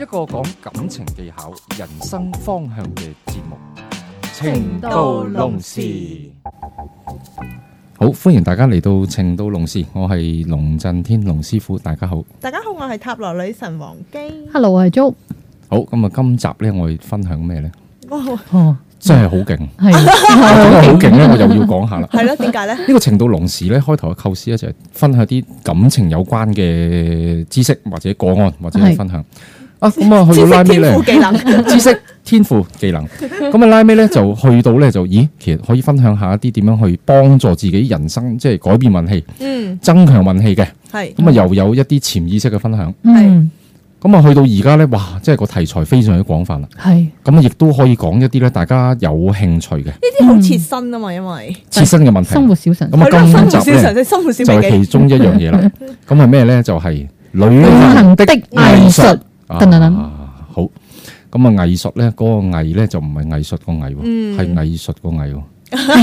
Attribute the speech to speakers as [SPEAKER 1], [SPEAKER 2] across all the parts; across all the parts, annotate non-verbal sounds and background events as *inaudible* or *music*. [SPEAKER 1] 一個講感情技巧、人生方向嘅節目《
[SPEAKER 2] 情到濃時》。
[SPEAKER 1] 好，歡迎大家嚟到《情到濃時》，我係龍震天龍師傅，大家好。
[SPEAKER 3] 大家好，我係塔羅女神王姬。
[SPEAKER 2] Hello，我係 Jo，
[SPEAKER 1] 好，咁啊，今集呢，我哋分享咩呢？
[SPEAKER 3] 哦，
[SPEAKER 2] 哦，
[SPEAKER 1] 真係好
[SPEAKER 2] *laughs*
[SPEAKER 1] 勁，
[SPEAKER 2] 係
[SPEAKER 1] 講得好勁呢，我又要講下啦。
[SPEAKER 3] 係咯，點解咧？
[SPEAKER 1] 呢個程度龍時咧，開頭嘅構思咧就係分享啲感情有關嘅知識或者個案或者係
[SPEAKER 2] 係
[SPEAKER 1] 分享啊。咁啊，去到拉
[SPEAKER 3] 知
[SPEAKER 1] 尾
[SPEAKER 3] 識、天
[SPEAKER 1] 咧
[SPEAKER 3] 賦、，技能。
[SPEAKER 1] 知識、天賦、技能。咁啊，拉尾咧就去到咧就，咦，其實可以分享下一啲點樣去幫助自己人生，即係改變運氣、
[SPEAKER 3] 嗯，
[SPEAKER 1] 增強運氣嘅。
[SPEAKER 3] 係
[SPEAKER 1] 咁啊，又有一啲潛意識嘅分享。
[SPEAKER 2] 嗯，
[SPEAKER 1] 咁啊，去到而家咧，哇！即係個題材非常之廣泛啦。
[SPEAKER 2] 係
[SPEAKER 1] 咁啊，亦都可以講一啲咧大家有興趣嘅
[SPEAKER 3] 呢啲好切身啊嘛，因為
[SPEAKER 1] 切身嘅問題。
[SPEAKER 2] 生活小常識
[SPEAKER 1] 咁
[SPEAKER 3] 係咯，生
[SPEAKER 1] 啊，
[SPEAKER 3] 活
[SPEAKER 1] 今
[SPEAKER 3] 小
[SPEAKER 1] 集咧
[SPEAKER 3] 常。識、生活小
[SPEAKER 1] 就
[SPEAKER 3] 秘
[SPEAKER 1] 係
[SPEAKER 3] 技
[SPEAKER 1] 其。中一樣嘢啦。咁係咩咧？就係、旅
[SPEAKER 2] 旅
[SPEAKER 1] 行
[SPEAKER 2] 行的
[SPEAKER 1] 的
[SPEAKER 2] 藝術，
[SPEAKER 1] 啊
[SPEAKER 2] 噔噔噔
[SPEAKER 1] 好，咁啊藝術咧，嗰、個藝咧就唔係藝術個藝喎，
[SPEAKER 3] 嗯
[SPEAKER 1] 係、藝術個藝喎。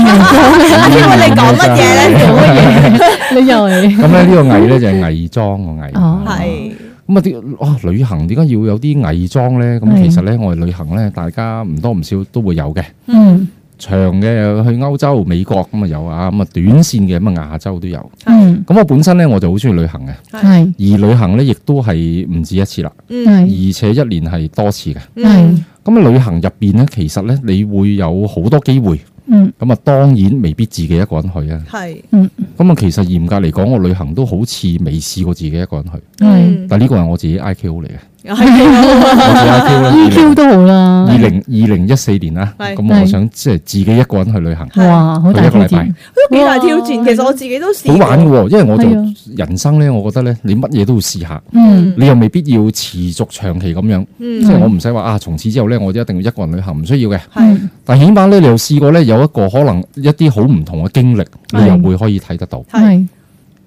[SPEAKER 3] 阿天你講乜嘢咧？
[SPEAKER 2] 做乜嘢？ *laughs* 你又嚟
[SPEAKER 1] 咁咧呢個藝咧就係偽裝個藝。
[SPEAKER 2] 哦
[SPEAKER 3] 係
[SPEAKER 1] 咁啊啲啊旅行點解要有啲偽裝咧？咁
[SPEAKER 2] 係
[SPEAKER 1] 其實咧我哋旅行咧，大家唔多唔少都會有嘅。
[SPEAKER 2] 嗯
[SPEAKER 1] 長嘅去歐洲、美國咁啊有啊，咁啊短線嘅咁啊亞洲都有。
[SPEAKER 2] 嗯
[SPEAKER 1] 咁我本身咧我就好中意旅行嘅，
[SPEAKER 2] 係
[SPEAKER 1] 而旅行咧亦都係唔止一次啦，
[SPEAKER 3] 嗯
[SPEAKER 2] 係
[SPEAKER 1] 而且一年係多次嘅。
[SPEAKER 3] 嗯
[SPEAKER 1] 咁啊，旅行入邊咧，其實咧，你會有好多機會。
[SPEAKER 2] 嗯
[SPEAKER 1] 咁啊，當然未必自己一個人去啊。
[SPEAKER 3] 係
[SPEAKER 2] 嗯
[SPEAKER 1] 咁啊，其實嚴格嚟講，我旅行都好似未試過自己一個人去。
[SPEAKER 2] 係
[SPEAKER 3] 嗯
[SPEAKER 1] 但呢個係我自己 I Q 嚟嘅，
[SPEAKER 3] 係
[SPEAKER 1] 我自己 I Q 咧。
[SPEAKER 4] E
[SPEAKER 2] EQ 都好啦
[SPEAKER 1] 二，零二零一四年啦，
[SPEAKER 3] 係
[SPEAKER 1] 咁我
[SPEAKER 2] 係
[SPEAKER 1] 想即係自己一個人去旅行，
[SPEAKER 2] 哇，好大
[SPEAKER 1] 去一
[SPEAKER 2] 挑
[SPEAKER 1] 個禮
[SPEAKER 2] 戰
[SPEAKER 1] 拜，，
[SPEAKER 3] 都幾大挑戰。其實我自己都試
[SPEAKER 1] 好玩
[SPEAKER 3] 過。
[SPEAKER 1] 嘅喎。因為我就
[SPEAKER 2] 係啊
[SPEAKER 1] 人生咧，我覺得咧，你乜嘢都要試下，
[SPEAKER 2] 嗯
[SPEAKER 1] 你又未必要持續長期咁樣。
[SPEAKER 3] 嗯
[SPEAKER 1] 即係我唔使話啊，從此之後咧，我一定要一個人旅行，唔需要嘅。
[SPEAKER 3] 係
[SPEAKER 1] 但起碼咧，你又試過咧有一個可能一啲好唔同嘅經歷，你又
[SPEAKER 2] 係
[SPEAKER 1] 會可以睇得到。
[SPEAKER 3] 係
[SPEAKER 2] 係，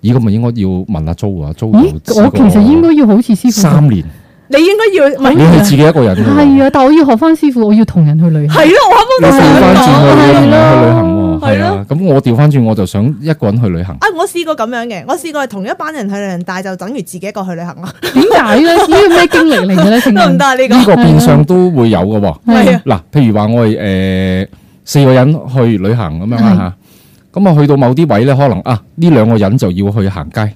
[SPEAKER 1] 咦，咁咪應該要問阿 Jo 啊，Jo
[SPEAKER 2] 咦
[SPEAKER 1] 又？
[SPEAKER 2] 我其實應該哎要好似師傅咁，
[SPEAKER 1] 三年，
[SPEAKER 3] 你應該要唔係
[SPEAKER 1] 你係自己一個人㗎喎，
[SPEAKER 2] 係啊，但我要學翻師傅，我要同人去旅
[SPEAKER 3] *laughs*
[SPEAKER 2] 行，
[SPEAKER 3] 係咯，我
[SPEAKER 1] 你
[SPEAKER 3] 啱啱都
[SPEAKER 1] 調
[SPEAKER 3] 想
[SPEAKER 1] 翻轉
[SPEAKER 3] 講。
[SPEAKER 1] 去旅
[SPEAKER 2] 啊
[SPEAKER 1] 行
[SPEAKER 2] 係咯
[SPEAKER 1] 去旅行喎，係
[SPEAKER 3] 係
[SPEAKER 1] 啊。咁我調翻轉我就想一個人去旅行，
[SPEAKER 3] 啊！我試過咁樣嘅，我試過係同一班人去旅行，但係就等於自己一個去旅行咯，
[SPEAKER 2] 點解
[SPEAKER 3] *laughs*
[SPEAKER 2] 咧？呢個咩經歷嚟嘅
[SPEAKER 4] 嗯
[SPEAKER 2] 咧？成
[SPEAKER 3] 得唔
[SPEAKER 2] 日
[SPEAKER 3] 得啊？呢個
[SPEAKER 1] 呢個變相都會有嘅喎。
[SPEAKER 3] 係
[SPEAKER 2] 係
[SPEAKER 3] 啊
[SPEAKER 1] 嗱，譬如話我係誒四個人去旅行咁樣啦
[SPEAKER 2] 係
[SPEAKER 1] 嚇。咁啊，去到某啲位咧，可能啊，呢兩個人就要去行街。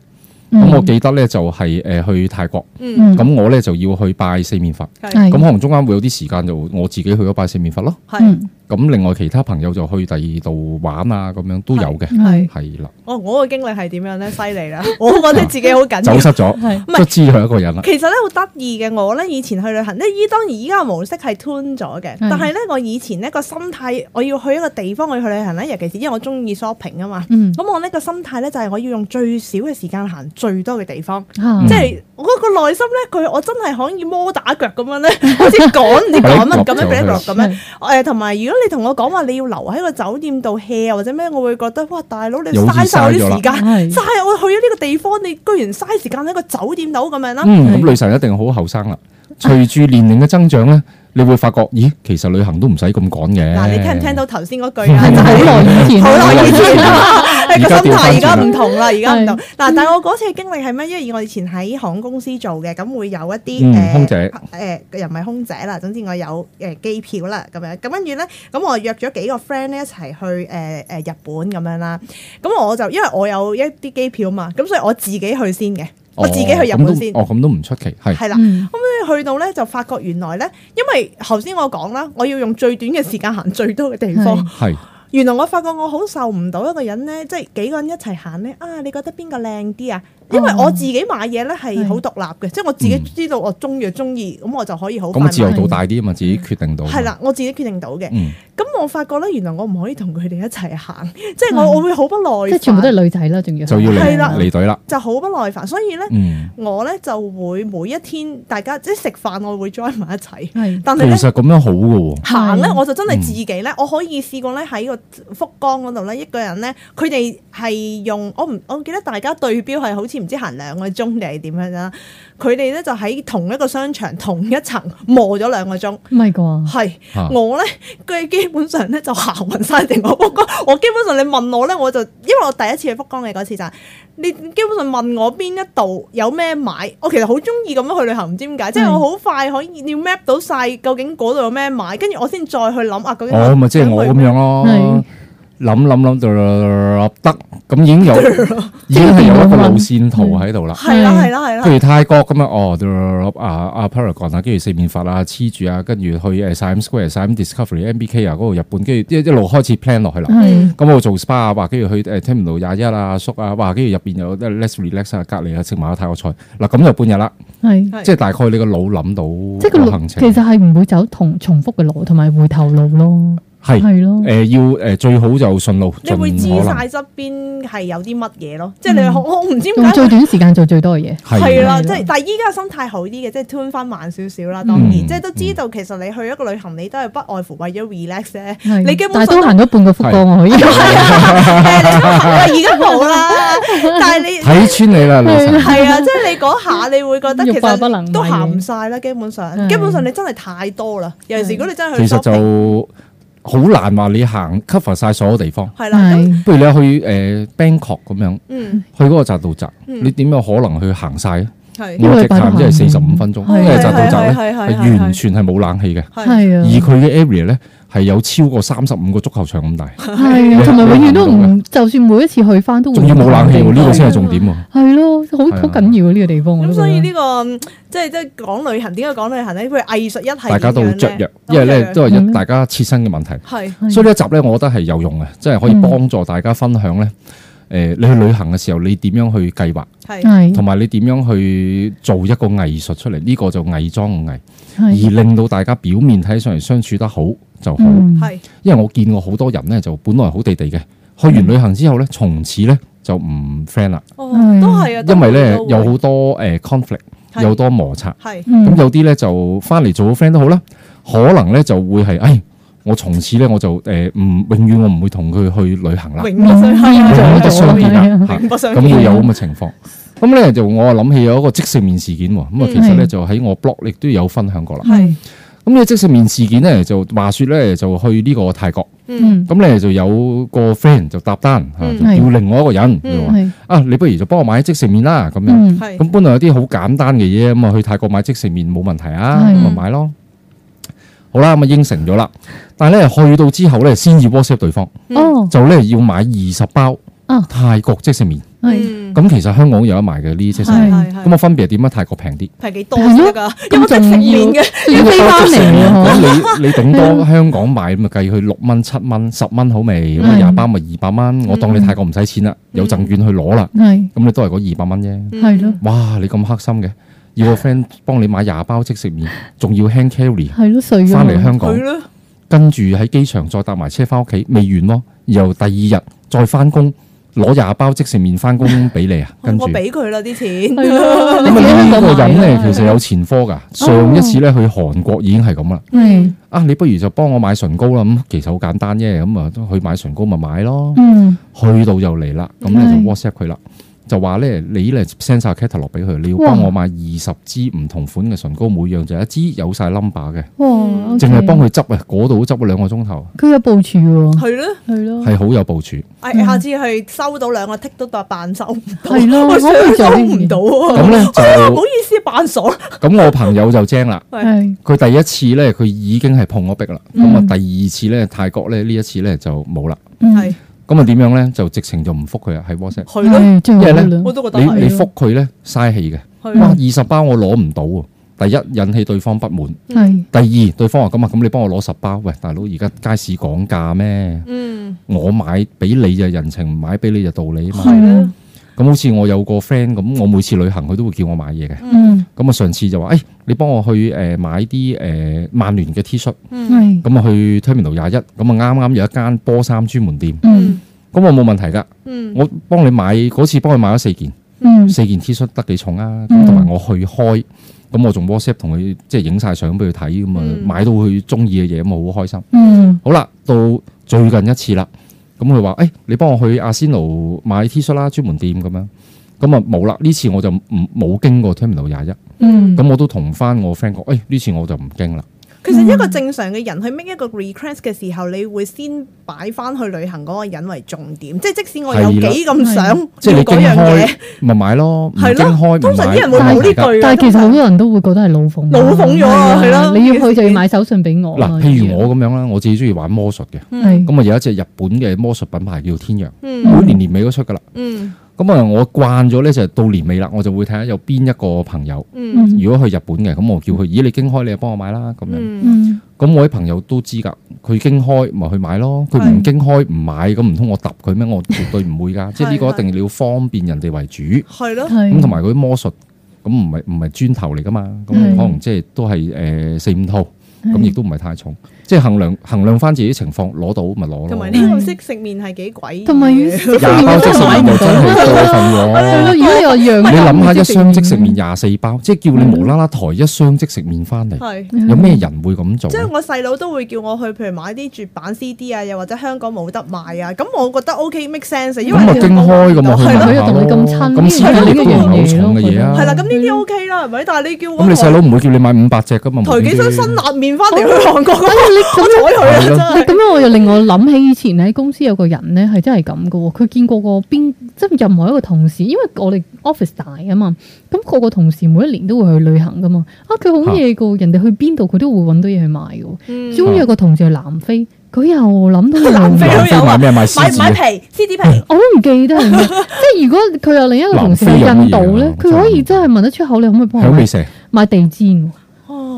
[SPEAKER 1] 咁我記得咧就係誒去泰國，
[SPEAKER 3] 嗯，
[SPEAKER 2] 嗯
[SPEAKER 1] 咁我咧就要去拜四面佛。
[SPEAKER 3] 係
[SPEAKER 1] 咁可能中間會有啲時間就我自己去咗拜四面佛咯。
[SPEAKER 4] 嗯
[SPEAKER 3] 係，
[SPEAKER 1] 咁另外其他朋友就去第二度玩啊，咁樣都有嘅。
[SPEAKER 3] 嗯
[SPEAKER 2] 係
[SPEAKER 1] 係啦，
[SPEAKER 3] 我哦我嘅經歷係點樣咧？犀利啦！我覺得自己好緊
[SPEAKER 1] 走
[SPEAKER 3] 要。
[SPEAKER 1] 失咗，
[SPEAKER 2] 係
[SPEAKER 3] 嗯唔係
[SPEAKER 1] 卒之佢一個人啦。
[SPEAKER 3] 其實咧好得意嘅，我咧以前去旅行咧，依當然依家嘅模式係 turn 咗嘅，但係咧我以前呢個心態，我要去一個地方我要去旅行咧，尤其是因為我中意 shopping 啊嘛，
[SPEAKER 2] 嗯
[SPEAKER 3] 咁我呢個心態咧就係我要用最少嘅時間行最多嘅地方，
[SPEAKER 4] 嗯
[SPEAKER 2] 嚇
[SPEAKER 3] 即係我個內心咧，佢我真係可以摩打腳咁樣咧，好似趕唔知趕乜咁樣 b 落咁樣。誒同埋，如果你同我講話你要留喺個酒店度 hea 啊或者咩，我會覺得哇，大佬你
[SPEAKER 1] 又好似
[SPEAKER 3] 嘥晒我
[SPEAKER 1] 嘥咗啦
[SPEAKER 3] 啲時間，
[SPEAKER 2] 係
[SPEAKER 4] 嗯
[SPEAKER 3] 嘥我去咗呢個地方，你居然嘥時間喺個酒店度咁樣啦。
[SPEAKER 1] 嗯，
[SPEAKER 2] 係
[SPEAKER 1] 咁女神一定好後生啦。隨住年齡嘅增長咧，你會發覺，咦，其實旅行都唔使咁趕嘅。哦
[SPEAKER 3] 嗱，你聽唔聽？到頭先嗰
[SPEAKER 4] *laughs*
[SPEAKER 3] 句啊？
[SPEAKER 2] 係
[SPEAKER 3] 就
[SPEAKER 2] 好
[SPEAKER 3] 係
[SPEAKER 2] 耐以前，
[SPEAKER 3] 好耐以 *laughs* 前啦，
[SPEAKER 1] 而
[SPEAKER 3] 個
[SPEAKER 1] 家
[SPEAKER 3] 心
[SPEAKER 1] 調
[SPEAKER 3] 態
[SPEAKER 1] 翻
[SPEAKER 3] 而家
[SPEAKER 1] 轉
[SPEAKER 3] 唔
[SPEAKER 1] 啦。
[SPEAKER 3] 同啦，而家唔同。嗱，但係我嗰次嘅經歷係咩？因為我以前喺航空公司做嘅，咁會有一啲
[SPEAKER 1] 嗯
[SPEAKER 3] 誒
[SPEAKER 1] 空姐
[SPEAKER 3] 誒又唔係空姐啦，總之我有誒機票啦咁樣。咁跟住咧，咁我約咗幾個 friend 咧一齊去誒誒日本咁樣啦。咁我就因為我有一啲機票嘛，咁所以我自己去先嘅，我自己去日
[SPEAKER 1] 哦咁都
[SPEAKER 3] 本先
[SPEAKER 1] 哦，咁都唔出奇，係
[SPEAKER 3] 係啦。
[SPEAKER 2] 嗯
[SPEAKER 3] 咁咧去到咧就發覺原來咧，因為頭先我講啦，我要用最短嘅時間行最多嘅地方
[SPEAKER 2] 係。
[SPEAKER 1] 係
[SPEAKER 3] 原來我發覺我好受唔到一個人咧，即係幾個人一齊行咧啊！你覺得邊個靚啲啊？因為我自己買嘢咧係好獨立嘅，即係我自己知道我中意就中意，咁我就可以好快
[SPEAKER 1] 咁啊，自由
[SPEAKER 3] 買。嗯
[SPEAKER 1] 度大啲啊嘛，自己決定到。
[SPEAKER 3] 係，啦，我自己決定到嘅。
[SPEAKER 1] 嗯，
[SPEAKER 3] 咁咁我發覺咧，原來我唔可以同佢哋一齊行，即係我我會好不耐煩，
[SPEAKER 4] 即係全部都係女仔啦，仲要
[SPEAKER 1] 就要
[SPEAKER 3] 係啦
[SPEAKER 1] 離離隊啦。
[SPEAKER 3] 就好不耐煩。所以咧，
[SPEAKER 1] 嗯，
[SPEAKER 3] 我咧就會每一天大家即係食飯，我會 join 埋一齊。
[SPEAKER 4] 係
[SPEAKER 3] 但
[SPEAKER 1] 其
[SPEAKER 3] 係咧
[SPEAKER 1] 實咁樣好嘅喎。
[SPEAKER 3] 行咧，
[SPEAKER 4] 係
[SPEAKER 3] 我就真係自己咧，我可以試過咧喺個福江嗰度咧，一個人咧，佢哋係用我唔我記得大家對標係好似唔知行兩個鐘定係點樣啦。佢哋咧就喺同一個商場同一層磨咗兩個鐘，
[SPEAKER 4] 唔係啩？
[SPEAKER 3] 係。
[SPEAKER 1] 嚇
[SPEAKER 3] 我咧，佢基本上咧就行暈晒成個福岡。我基本上你問我咧，我就因為我第一次去福岡嘅嗰次就係你基本上問我邊一度有咩買，我其實好中意咁樣去旅行，唔知點解，即係
[SPEAKER 4] 嗯
[SPEAKER 3] 我好快可以要 map 到晒究竟嗰度有咩買，跟住我先再去諗啊究竟
[SPEAKER 1] 哦，咪即係我咁
[SPEAKER 3] 想去邊。
[SPEAKER 1] 樣咯
[SPEAKER 4] 係，
[SPEAKER 1] 諗諗諗到得，咁已 *laughs* 經有已經係有一個路線圖喺度啦。
[SPEAKER 3] 係啦係啦係
[SPEAKER 1] 譬
[SPEAKER 3] 啦，
[SPEAKER 1] 如泰國咁樣，啊哦，啊啊 Paragon 啊，跟住四面佛啊，黐住啊，跟住去誒 Siam Square、Siam Discovery、MBK 啊嗰度日本，跟住一一路開始 plan 落去啦。
[SPEAKER 4] 係
[SPEAKER 1] 咁我做 SPA 啊，話跟住去誒 Terminal 廿一啊，叔啊，哇，跟住入邊有 Let's Relax 啊，隔離啊，食埋個泰國菜。嗱，咁就半日啦，
[SPEAKER 4] 係。
[SPEAKER 3] 係
[SPEAKER 1] 即係大概你個腦諗到
[SPEAKER 4] 即係個
[SPEAKER 1] 個
[SPEAKER 4] 路
[SPEAKER 1] 行
[SPEAKER 4] 其實
[SPEAKER 1] 程
[SPEAKER 4] 係唔會走同重複嘅路，同埋回頭路咯，
[SPEAKER 1] 係
[SPEAKER 4] 係咯，
[SPEAKER 1] 誒要誒最好就順路，
[SPEAKER 3] 你會知
[SPEAKER 1] 盡可能
[SPEAKER 3] 晒側邊係有啲乜嘢咯，即係你
[SPEAKER 4] 嗯
[SPEAKER 3] 我我唔知點
[SPEAKER 4] 用
[SPEAKER 3] 解
[SPEAKER 4] 最短時間做最多嘅嘢，
[SPEAKER 1] 啊
[SPEAKER 3] 係
[SPEAKER 4] 係
[SPEAKER 3] 啦，
[SPEAKER 4] 啦
[SPEAKER 3] 即係但係依家心態好啲嘅，即係 turn 翻慢少少啦。當然，
[SPEAKER 1] 嗯
[SPEAKER 3] 即係都知道其實你去一個旅行，你都係不外乎為咗 relax
[SPEAKER 1] *laughs*
[SPEAKER 3] 啫。
[SPEAKER 4] 係
[SPEAKER 3] 你基本
[SPEAKER 4] 但
[SPEAKER 3] 上
[SPEAKER 4] 係都行咗半個福岡，我
[SPEAKER 3] *laughs*
[SPEAKER 4] 可以
[SPEAKER 3] 誒你都而家冇啦，但
[SPEAKER 1] *laughs*
[SPEAKER 3] 係你。
[SPEAKER 1] 睇穿你啦，老實。
[SPEAKER 3] 係啊，即係你嗰下，你會覺得其
[SPEAKER 4] 欲罷不能
[SPEAKER 3] 實都行唔晒啦，基本上，
[SPEAKER 4] 嗯
[SPEAKER 3] 基本上你真係太多啦。尤其是如果你真係
[SPEAKER 1] 嗯
[SPEAKER 3] 去
[SPEAKER 1] 其實
[SPEAKER 3] shopping，
[SPEAKER 1] 就好難話你行 cover 晒所有地方。
[SPEAKER 3] 係啦，咁
[SPEAKER 4] 係
[SPEAKER 1] 不如你去誒、呃 Bangkok 咁樣，
[SPEAKER 3] 嗯
[SPEAKER 1] 去嗰個匝道闸，
[SPEAKER 3] 嗯
[SPEAKER 1] 你點有可能去行晒咧？
[SPEAKER 3] 係
[SPEAKER 4] 因為
[SPEAKER 1] 我直行即係四十五
[SPEAKER 4] 擺
[SPEAKER 1] 分鐘，
[SPEAKER 4] 到
[SPEAKER 1] 因為匝道
[SPEAKER 3] 係
[SPEAKER 1] 闸咧
[SPEAKER 3] 係係係
[SPEAKER 1] 係完全係冇冷氣嘅，
[SPEAKER 4] 係
[SPEAKER 3] 係
[SPEAKER 1] 而
[SPEAKER 4] 啊，
[SPEAKER 1] 佢嘅 area 咧係有超過三十五個足球場
[SPEAKER 3] *laughs*
[SPEAKER 1] 咁大，
[SPEAKER 4] 係啊，同埋永遠都唔，就算每一次去翻都會
[SPEAKER 1] 仲要冇冷氣喎，呢個先係
[SPEAKER 3] 仲
[SPEAKER 1] 重點喎。
[SPEAKER 4] 係咯，好
[SPEAKER 1] 係啊
[SPEAKER 4] 好緊要啊呢個地方，我
[SPEAKER 3] 咁
[SPEAKER 4] 都
[SPEAKER 3] 所以
[SPEAKER 4] 覺得
[SPEAKER 3] 呢個即係即係講旅行，點解講旅行咧？譬如藝術一係
[SPEAKER 1] 大家都好
[SPEAKER 3] 點樣
[SPEAKER 1] 雀
[SPEAKER 3] 呢
[SPEAKER 1] 躍，因為咧
[SPEAKER 3] 都啊
[SPEAKER 1] 都係
[SPEAKER 4] 嗯
[SPEAKER 1] 大家切身嘅問題。
[SPEAKER 3] 係
[SPEAKER 4] 係
[SPEAKER 1] 所以呢一集咧，我覺得係有用嘅，即係可以
[SPEAKER 4] 嗯
[SPEAKER 1] 幫助大家分享咧。誒、你去旅行嘅時候，你點樣去計劃，
[SPEAKER 3] 係
[SPEAKER 4] 係
[SPEAKER 1] 同埋你點樣去做一個藝術出嚟？呢、個就偽裝嘅藝，而
[SPEAKER 4] 係
[SPEAKER 1] 令到大家表面睇上嚟相處得好就好。
[SPEAKER 4] 嗯
[SPEAKER 3] 係
[SPEAKER 1] 因為我見過好多人咧，就本來好地地嘅，去完旅行之後咧，從此咧就唔 friend 啦，
[SPEAKER 3] 哦，
[SPEAKER 4] 係
[SPEAKER 3] 都係啊，
[SPEAKER 1] 因為咧
[SPEAKER 3] 都會
[SPEAKER 1] 有好多誒、conflict，
[SPEAKER 3] 係
[SPEAKER 1] 有好多摩擦。
[SPEAKER 3] 係
[SPEAKER 4] 嗯
[SPEAKER 1] 咁有啲咧就翻嚟做好 friend 都好啦，可能咧就會係，唉，我從此咧我就誒唔、永遠我唔會同佢去旅行啦，
[SPEAKER 3] 永不相
[SPEAKER 4] 嗯
[SPEAKER 1] 永
[SPEAKER 4] 做
[SPEAKER 1] 遠
[SPEAKER 4] 咗
[SPEAKER 1] 都相見啦，嚇
[SPEAKER 3] 永不相
[SPEAKER 1] 咁
[SPEAKER 3] 見
[SPEAKER 1] 會有咁嘅情況。咁咧就我諗起有一個即食面事件喎，咁啊其實咧
[SPEAKER 4] 嗯
[SPEAKER 1] 就喺我 blog 亦都有分享過啦。
[SPEAKER 4] 係
[SPEAKER 1] 咁呢個即食面事件咧就話說咧就去呢個泰國，
[SPEAKER 3] 嗯
[SPEAKER 4] 嗯
[SPEAKER 1] 咁咧就有個 friend 就搭單嚇，
[SPEAKER 3] 嗯
[SPEAKER 1] 就叫另外一個人，佢話
[SPEAKER 4] 嗯係
[SPEAKER 1] 啊你不如就幫我買即食面啦咁樣。
[SPEAKER 4] 嗯
[SPEAKER 3] 係
[SPEAKER 1] 咁本來有啲好簡單嘅嘢，咁啊去泰國買即食麵冇問題啊，
[SPEAKER 4] 係
[SPEAKER 1] 咁咪買咯。好啦，咁啊應承咗啦。但係咧去到之後咧，先要 WhatsApp 對方，
[SPEAKER 3] Ừ.
[SPEAKER 4] 哦
[SPEAKER 1] 就咧要買二十包
[SPEAKER 4] 啊
[SPEAKER 1] 泰國即食麵。
[SPEAKER 3] Ừ.
[SPEAKER 4] 係
[SPEAKER 3] 嗯
[SPEAKER 1] 咁其實香港有得賣嘅呢啲即食麵，
[SPEAKER 4] 係
[SPEAKER 1] 咁我分別係點啊？泰國平啲，
[SPEAKER 3] 係幾多先得㗎？有冇即食麵嘅？
[SPEAKER 4] 仲要飛翻嚟啊！
[SPEAKER 1] 咁你你頂多香港買咁啊計佢六蚊、七蚊、十蚊好未？咁啊
[SPEAKER 4] 係
[SPEAKER 1] 廿包咪二百蚊，我
[SPEAKER 4] 嗯
[SPEAKER 1] 當你泰國唔使錢啦，有贈券去攞啦，
[SPEAKER 4] 係
[SPEAKER 1] 咁你都係嗰二百蚊啫。
[SPEAKER 4] 係咯
[SPEAKER 1] 哇！你咁黑心嘅，要
[SPEAKER 3] *laughs*
[SPEAKER 1] 個 friend 幫你買廿包即食麵，仲要 hand carry
[SPEAKER 4] 係咯，碎咗
[SPEAKER 1] 翻嚟香
[SPEAKER 3] 佢
[SPEAKER 1] 港，
[SPEAKER 3] 咯，
[SPEAKER 1] 跟住喺機場再搭埋車翻屋企，未完喎。由第二日再翻工，攞廿包即食麵翻工俾你啊！跟住
[SPEAKER 3] *laughs* 我俾佢啦啲錢，
[SPEAKER 4] 係咯，你
[SPEAKER 1] 咁
[SPEAKER 4] 自己
[SPEAKER 1] 啊呢
[SPEAKER 4] 香港
[SPEAKER 1] 個人咧，
[SPEAKER 4] 買
[SPEAKER 3] *laughs*
[SPEAKER 4] 啦
[SPEAKER 1] 其實有前科
[SPEAKER 3] 哦
[SPEAKER 1] 㗎。上一次咧去韓國已經係咁啦。
[SPEAKER 4] 係
[SPEAKER 1] 啊，你不如就幫我買唇膏啦。咁其實好簡單啫，咁啊都去買唇膏咪買咯。
[SPEAKER 4] 嗯
[SPEAKER 1] 去到又嚟啦，咁咧
[SPEAKER 4] 係
[SPEAKER 1] 就 WhatsApp 佢啦，就話咧你咧 send 晒 catalog 俾佢，你要幫我買二十支唔同款嘅唇膏，每樣就一支，有晒 number 嘅，
[SPEAKER 4] 哇，
[SPEAKER 3] 嗯
[SPEAKER 4] OK 哦
[SPEAKER 1] 淨係幫佢執啊，嗰度都執咗兩個鐘頭，
[SPEAKER 4] 佢有部署喎，
[SPEAKER 3] 係咯。
[SPEAKER 4] 係咯，
[SPEAKER 1] 係好有部
[SPEAKER 4] *laughs*
[SPEAKER 1] 署。
[SPEAKER 3] 誒，下次去收到兩個剔都當扮收唔到，
[SPEAKER 4] 係咯
[SPEAKER 3] 我
[SPEAKER 4] 我都
[SPEAKER 3] 想
[SPEAKER 4] 會做
[SPEAKER 3] 收
[SPEAKER 4] 呢
[SPEAKER 3] 唔
[SPEAKER 4] 件
[SPEAKER 3] 到啊！
[SPEAKER 1] 咁咧
[SPEAKER 3] 唔好
[SPEAKER 1] 就
[SPEAKER 3] 意思，扮傻啦。
[SPEAKER 1] 咁，我朋友就精啦。
[SPEAKER 4] 係
[SPEAKER 1] 佢第一次咧，佢已經係碰咗壁啦。咁啊、第二次咧，泰國咧呢一次咧就冇啦。
[SPEAKER 4] 嗯
[SPEAKER 3] 係
[SPEAKER 1] 咁啊點樣咧？就直情就唔覆佢啦，啊喺 WhatsApp。
[SPEAKER 3] 去咯，
[SPEAKER 4] 係最
[SPEAKER 1] 因
[SPEAKER 4] 好
[SPEAKER 1] 為
[SPEAKER 4] 啦
[SPEAKER 1] 咧，
[SPEAKER 3] 我都覺得
[SPEAKER 1] 你
[SPEAKER 3] 係
[SPEAKER 1] 你覆佢咧嘥氣嘅。
[SPEAKER 4] 嗯
[SPEAKER 3] 去
[SPEAKER 1] 哇！
[SPEAKER 3] 咯，
[SPEAKER 1] 二十包我攞唔到喎，第一引起對方不滿，
[SPEAKER 4] 係
[SPEAKER 1] 第二對方話咁啊，咁你幫我攞十包。喂，大佬而家街市講價咩？
[SPEAKER 3] 嗯， *laughs*
[SPEAKER 1] 我買俾你就人情，唔買俾你就道理啊嘛。
[SPEAKER 4] 係啊，
[SPEAKER 1] 咁好似我有個 friend 咁，我每次旅行佢都會叫我買嘢嘅。
[SPEAKER 4] 嗯，
[SPEAKER 1] 咁啊，上次就話：，誒、你幫我去誒、呃、買啲誒、呃曼聯嘅 T 恤。
[SPEAKER 3] 嗯
[SPEAKER 4] 系，
[SPEAKER 1] 咁啊，去 Terminal 廿一，咁啊，啱啱有一間波衫專門店。
[SPEAKER 3] Ừ.
[SPEAKER 4] 嗯
[SPEAKER 1] 咁我冇問題㗎，
[SPEAKER 3] 嗯
[SPEAKER 1] 我幫你買嗰次幫佢買咗四件，
[SPEAKER 4] 嗯
[SPEAKER 1] 四件 T 恤得幾重啊？
[SPEAKER 4] 嗯
[SPEAKER 1] 咁同埋我去開，咁我仲 WhatsApp 同佢即係影晒相俾佢睇，咁啊
[SPEAKER 3] 嗯
[SPEAKER 1] 買到佢中意嘅嘢，咁啊好開心。
[SPEAKER 4] 嗯
[SPEAKER 1] 好啦，到最近一次啦，咁佢話：，誒、你幫我去阿仙奴買 T 恤啦，專門店咁樣。咁啊冇啦，呢次我就唔冇經過 Terminal 廿一，
[SPEAKER 4] 嗯，
[SPEAKER 1] 咁我都同翻我 friend 講：，誒、哎呢次我就唔經啦。
[SPEAKER 3] 其實一個正常嘅人去 make 一個 request 嘅時候，你會先擺翻去旅行嗰個人為重點，即係即使我有幾咁想
[SPEAKER 1] 即係
[SPEAKER 3] 要
[SPEAKER 1] 你經
[SPEAKER 3] 嗰樣嘢
[SPEAKER 1] 開，咪買咯，唔經
[SPEAKER 3] 係咯
[SPEAKER 1] 開唔買。
[SPEAKER 3] 通常啲人會冇呢句㗎。
[SPEAKER 4] 但系其實好多人都會覺得係老奉，
[SPEAKER 3] 老奉咗啊
[SPEAKER 4] 係
[SPEAKER 3] 係咯
[SPEAKER 4] 你要去就要買手信俾
[SPEAKER 3] 哦
[SPEAKER 4] 我啊。
[SPEAKER 1] 嗱，譬如我咁樣啦，我自己中意玩魔術嘅，
[SPEAKER 3] 嗯
[SPEAKER 1] 咁啊有一隻日本嘅魔術品牌叫天陽，
[SPEAKER 3] 嗯
[SPEAKER 1] 每年年尾都出噶啦。
[SPEAKER 3] 嗯
[SPEAKER 1] 咁啊，我慣咗咧就係到年尾啦，我就會睇下有邊一個朋友，
[SPEAKER 3] 嗯
[SPEAKER 4] 嗯
[SPEAKER 1] 如果去日本嘅，咁我叫佢，咦你經開你就幫我買啦咁樣。
[SPEAKER 3] 嗯
[SPEAKER 4] 嗯
[SPEAKER 1] 咁我啲朋友都知㗎，佢經開咪去買咯，佢
[SPEAKER 4] 係
[SPEAKER 1] 唔經開唔買，咁唔通我揼佢咩？我絕對唔會㗎，即係呢個一定你要方便人哋為主。
[SPEAKER 3] 係咯，
[SPEAKER 4] 係
[SPEAKER 1] 咁同埋佢啲魔術咁唔係唔係磚頭嚟㗎嘛，咁
[SPEAKER 4] 係
[SPEAKER 1] 可能即係都係誒四五套。
[SPEAKER 4] 係
[SPEAKER 1] 咁亦都唔係太重，即係衡量衡量翻自己情況，攞到咪攞
[SPEAKER 3] 同埋
[SPEAKER 1] 咯。
[SPEAKER 3] 呢個識食面係幾鬼，
[SPEAKER 4] 同埋要食
[SPEAKER 1] 廿包即食麵就真係多份喎。
[SPEAKER 4] 係咯，如果有樣
[SPEAKER 1] 你諗下一箱即
[SPEAKER 4] 即
[SPEAKER 1] 食麵，廿四包，即係叫你無啦啦抬一箱即食麵翻嚟，
[SPEAKER 3] 係。
[SPEAKER 4] 嗯
[SPEAKER 1] 有咩人會咁做
[SPEAKER 3] 即
[SPEAKER 1] 咧？
[SPEAKER 3] 係我細佬都會叫我去，譬如買啲絕版 CD 啊，又或者香港冇得賣啊。咁我覺得 OK make sense，因
[SPEAKER 1] 咁
[SPEAKER 3] 為
[SPEAKER 1] 咪經開咁咪去
[SPEAKER 4] 係咯
[SPEAKER 1] 買
[SPEAKER 4] 佢
[SPEAKER 1] 下
[SPEAKER 4] 又同
[SPEAKER 1] 咯。
[SPEAKER 4] 你咁親
[SPEAKER 1] 咁先得你都唔係好重嘅嘢啊。
[SPEAKER 3] 係啦，咁呢啲 OK 啦，係咪？但係你叫我
[SPEAKER 1] 咁你細佬唔會叫你買五百隻㗎嘛？
[SPEAKER 3] 抬幾箱辛辣麵翻嚟去
[SPEAKER 1] *laughs*
[SPEAKER 3] 韓國，
[SPEAKER 4] 但係哎你咁樣
[SPEAKER 3] *laughs* 我睬佢啊！真係
[SPEAKER 4] 你。咁樣我又令我諗起以前喺公司有個人咧係真係咁嘅喎，佢見過個邊即係任何一個同事，因為我哋 office 大啊嘛，咁個個同事每一年都會去旅行噶嘛，啊佢好嘢嘅喎，人哋去邊度佢都會揾到嘢去買嘅喎。
[SPEAKER 3] 嗯
[SPEAKER 4] 終於有個同事去南非，佢又諗到
[SPEAKER 3] 南非啊
[SPEAKER 1] 南
[SPEAKER 4] 南
[SPEAKER 1] 非買咩？買
[SPEAKER 3] 買
[SPEAKER 1] 獅子
[SPEAKER 3] 買
[SPEAKER 1] 啊。
[SPEAKER 3] 皮獅子皮，
[SPEAKER 4] 我都唔記得係
[SPEAKER 3] *laughs*
[SPEAKER 4] 咩，即係如果佢有另一個同事去
[SPEAKER 1] 南
[SPEAKER 4] 印
[SPEAKER 1] 非有乜嘢
[SPEAKER 4] 度咧
[SPEAKER 1] 啊，
[SPEAKER 4] 佢可以真係問得出口，你可唔可以幫我
[SPEAKER 1] 響
[SPEAKER 4] 買
[SPEAKER 1] 尾蛇，
[SPEAKER 4] 買地氈喎？啊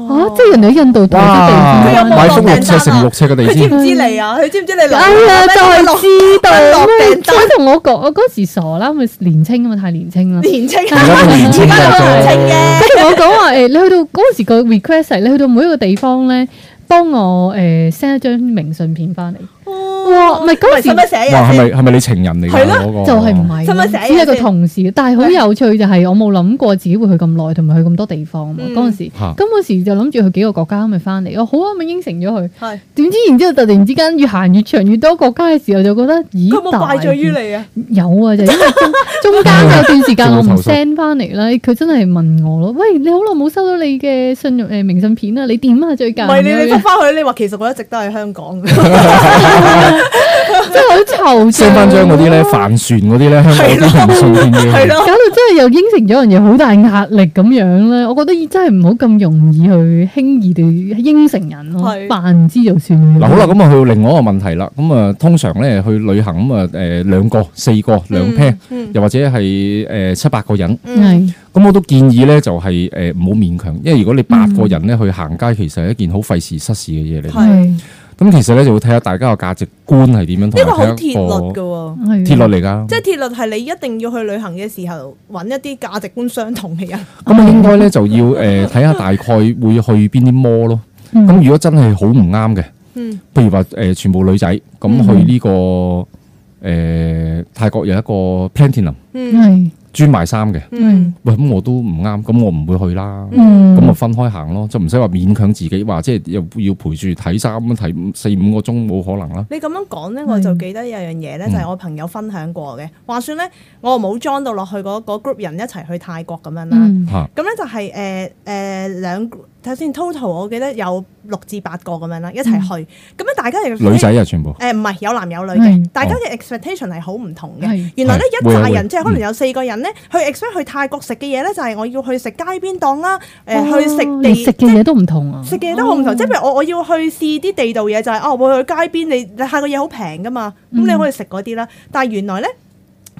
[SPEAKER 3] 哦，
[SPEAKER 4] 即係人哋喺印度同咗地
[SPEAKER 1] 哇！
[SPEAKER 4] 氈
[SPEAKER 3] 佢有冇
[SPEAKER 4] 啊
[SPEAKER 1] 買
[SPEAKER 3] 落
[SPEAKER 1] 幅六
[SPEAKER 3] 訂單
[SPEAKER 1] 尺
[SPEAKER 3] 啊
[SPEAKER 1] 乘六尺嘅地
[SPEAKER 3] 佢知
[SPEAKER 1] 氈。
[SPEAKER 3] 唔知你啊？佢知唔知你落
[SPEAKER 4] 哎呀，就係知道
[SPEAKER 3] 落訂
[SPEAKER 4] 咩？
[SPEAKER 3] 單
[SPEAKER 4] 佢同我講，我嗰時傻啦，咪年青啊嘛，太年青啦。
[SPEAKER 3] 年青，
[SPEAKER 1] 而家都年青嘅啫
[SPEAKER 3] 嘅，
[SPEAKER 4] 佢同我講話誒，你去到嗰陣時個 request 係你去到每一個地方咧，幫我誒 send 一張明信片翻嚟。哇唔係嗰陣時
[SPEAKER 3] 哦使唔使寫嘢
[SPEAKER 1] 哇，係咪
[SPEAKER 3] 先？
[SPEAKER 1] 係咪你情人嚟㗎？
[SPEAKER 3] 係咯
[SPEAKER 1] 嗰個
[SPEAKER 4] 就係唔係
[SPEAKER 3] 使唔使寫
[SPEAKER 4] 咯？
[SPEAKER 3] 嘢
[SPEAKER 4] 只係一個
[SPEAKER 3] 先
[SPEAKER 4] 同事，但係好有趣就係我冇諗過自己會去咁耐，同埋去咁多地方嘛。
[SPEAKER 3] 嗯
[SPEAKER 4] 嗰陣時，
[SPEAKER 1] 嚇
[SPEAKER 4] 咁嗰時就諗住去幾個國家咁咪翻嚟咯。好啊，咪應承咗佢。
[SPEAKER 3] 係
[SPEAKER 4] 點知然之後突然之間越行越長越多國家嘅時候，就覺得咦，
[SPEAKER 3] 佢有冇怪罪於你啊？
[SPEAKER 4] 有啊，就因為中
[SPEAKER 3] *laughs*
[SPEAKER 4] 中間有段
[SPEAKER 1] *laughs*
[SPEAKER 4] 時間我唔 send 翻嚟啦，佢真係問我咯，喂，你好耐冇收到你嘅信誒明信片啊，你點啊最
[SPEAKER 3] 唔
[SPEAKER 4] 近？
[SPEAKER 3] 係你
[SPEAKER 4] 咁
[SPEAKER 3] 你
[SPEAKER 4] 樣
[SPEAKER 3] 覆翻佢，你話其實我一直都喺香港，
[SPEAKER 4] 真係好惆悵。啊
[SPEAKER 1] send 翻張嗰啲咧，帆船嗰啲咧，香港啲明信片
[SPEAKER 3] 係
[SPEAKER 1] 嘅。
[SPEAKER 3] *laughs*
[SPEAKER 4] 搞
[SPEAKER 3] 咯，
[SPEAKER 4] 到真係又應承咗人嘢，好大壓力咁樣咧。我覺得真係唔好咁容易去輕易地應承人咯
[SPEAKER 3] 係，
[SPEAKER 4] 扮唔知就算
[SPEAKER 1] 嗱好啦，咁啊去到另外一個問題啦。咁啊，通常咧去旅行咁啊，誒兩個、四個、兩 pair，
[SPEAKER 3] 嗯
[SPEAKER 1] 又或者係誒七八個人。
[SPEAKER 3] 嗯
[SPEAKER 4] 係
[SPEAKER 1] 咁我都建議咧，就係誒唔好勉強，因為如果你八個人
[SPEAKER 3] 嗯
[SPEAKER 1] 咧去行街，其實係一件好費事失事嘅嘢嚟。
[SPEAKER 4] 係
[SPEAKER 1] 咁其實咧就會睇下大家個價值觀係點樣，
[SPEAKER 3] 呢個好
[SPEAKER 1] 同埋
[SPEAKER 3] 鐵
[SPEAKER 1] 睇
[SPEAKER 3] 律
[SPEAKER 1] 一
[SPEAKER 3] 㗎
[SPEAKER 1] 個
[SPEAKER 3] 喎。
[SPEAKER 4] 係
[SPEAKER 1] 鐵律嚟㗎。
[SPEAKER 3] 即係鐵律係你一定要去旅行嘅時候揾一啲價值觀相同嘅人，
[SPEAKER 1] 咁啊，應該咧就要
[SPEAKER 3] 哦
[SPEAKER 1] 誒睇下大概會去邊啲摩咯。
[SPEAKER 4] 嗯
[SPEAKER 1] 咁如果真係好唔啱嘅，
[SPEAKER 3] 嗯
[SPEAKER 1] 譬如話誒、呃全部女仔咁去呢、個誒、呃泰國有一個 Platinum
[SPEAKER 3] 嗯
[SPEAKER 4] 係
[SPEAKER 1] 專賣衫嘅，
[SPEAKER 3] 嗯
[SPEAKER 1] 喂咁我都唔啱，咁我唔會去啦。
[SPEAKER 4] 嗯
[SPEAKER 1] 咁啊分開行咯，就唔使話勉強自己話，即係又要陪住睇衫咁睇四五個鐘冇可能啦。
[SPEAKER 3] 你咁樣講
[SPEAKER 4] 嗯
[SPEAKER 3] 咧，我就記得有樣嘢咧，就係我朋友分享過嘅。話說咧，我冇 join 到落去嗰嗰 group 人一齊去泰國咁樣啦。
[SPEAKER 4] 嗯
[SPEAKER 1] 嚇
[SPEAKER 3] 咁咧就係誒誒兩睇先 total，我記得有六至八個咁樣啦，一
[SPEAKER 4] 嗯
[SPEAKER 3] 齊去。咁咧大家嘅呃
[SPEAKER 1] 女仔啊，全部
[SPEAKER 3] 誒唔係有男有女
[SPEAKER 4] 係
[SPEAKER 3] 嘅，大家嘅 expectation 係好唔同嘅
[SPEAKER 4] 係。
[SPEAKER 3] 原來咧
[SPEAKER 1] 係
[SPEAKER 3] 一紮
[SPEAKER 1] 會啊會
[SPEAKER 3] 人即係可能有四個人咧，去 expect 去泰國食嘅嘢咧，就係我要去食街邊檔啦，誒去
[SPEAKER 4] 哦
[SPEAKER 3] 食
[SPEAKER 4] 你食
[SPEAKER 3] 地
[SPEAKER 4] 嘅嘢都唔同啊，
[SPEAKER 3] 食嘅嘢都好唔同，即係譬如我我要去試啲地道嘢，就係、哦，我會去街邊，你你下個嘢好平噶嘛，咁
[SPEAKER 4] 嗯
[SPEAKER 3] 你可以食嗰啲啦。但係原來咧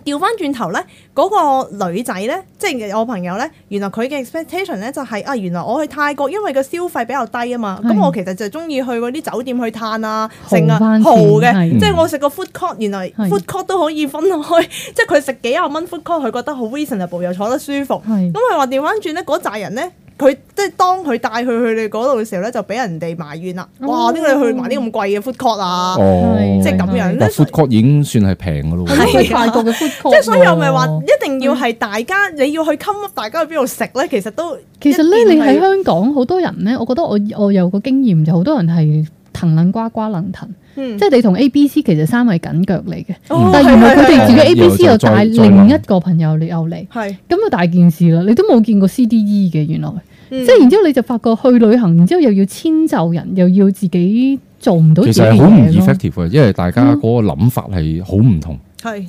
[SPEAKER 3] 調翻轉頭咧，嗰、個女仔咧，即係我朋友咧，原來佢嘅 expectation 咧就係、啊，原來我去泰國，因為個消費比較低啊嘛，咁
[SPEAKER 4] 係
[SPEAKER 3] 我其實就中意去嗰啲酒店去嘆啊，
[SPEAKER 4] 豪
[SPEAKER 3] 成啊
[SPEAKER 4] 返
[SPEAKER 3] 豪
[SPEAKER 4] 錢
[SPEAKER 3] 嘅，
[SPEAKER 4] 係
[SPEAKER 3] 即係我食個 food court，原來
[SPEAKER 4] 係
[SPEAKER 3] food court 都可以分開，即係佢食幾廿蚊 food court，佢覺得好 reasonable，又坐得舒服。
[SPEAKER 4] 係
[SPEAKER 3] 咁佢話調翻轉咧，嗰扎人咧，佢即係當佢帶佢去你嗰度嘅時候咧，就俾人哋埋怨啦。哇！
[SPEAKER 4] 哦
[SPEAKER 3] 點解你去埋啲咁貴嘅 food court 啊？
[SPEAKER 1] 哦，
[SPEAKER 3] 即係 *laughs* 咁樣
[SPEAKER 1] 但
[SPEAKER 3] 咧
[SPEAKER 1] food court 已經算係平嘅咯
[SPEAKER 4] 係
[SPEAKER 1] 喎，
[SPEAKER 4] 去泰國嘅 food court
[SPEAKER 3] 即係所以我咪話
[SPEAKER 4] 喎
[SPEAKER 3] 一定要係大家你要去 come up，大家去邊度食咧，其實都
[SPEAKER 4] 其實咧，
[SPEAKER 3] 一
[SPEAKER 4] 你
[SPEAKER 3] 定係
[SPEAKER 4] 喺香港好多人咧，我覺得我我有個經驗就好多人係騰楞瓜瓜楞騰，
[SPEAKER 3] 嗯
[SPEAKER 4] 即係你同 A、B、C 其實三係緊腳嚟嘅，
[SPEAKER 3] 哦
[SPEAKER 4] 但係原來佢哋自己
[SPEAKER 1] 係
[SPEAKER 4] A、B、C 又
[SPEAKER 1] 又再
[SPEAKER 4] 帶
[SPEAKER 1] 再
[SPEAKER 4] 另一個朋友嚟又嚟，
[SPEAKER 3] 係
[SPEAKER 4] 咁就大件事啦！你都冇見過 C、D、E 嘅原來，
[SPEAKER 3] 即
[SPEAKER 4] 即係然之後你就發覺去旅行，然之後又要遷就人，又要自己做唔到自
[SPEAKER 1] 其
[SPEAKER 4] 己
[SPEAKER 1] 實
[SPEAKER 4] 嘅
[SPEAKER 1] 係好唔
[SPEAKER 4] 嘢咯。
[SPEAKER 1] effective 嘅，因為大
[SPEAKER 3] 嗯
[SPEAKER 1] 家嗰個諗法係好唔同。
[SPEAKER 3] 係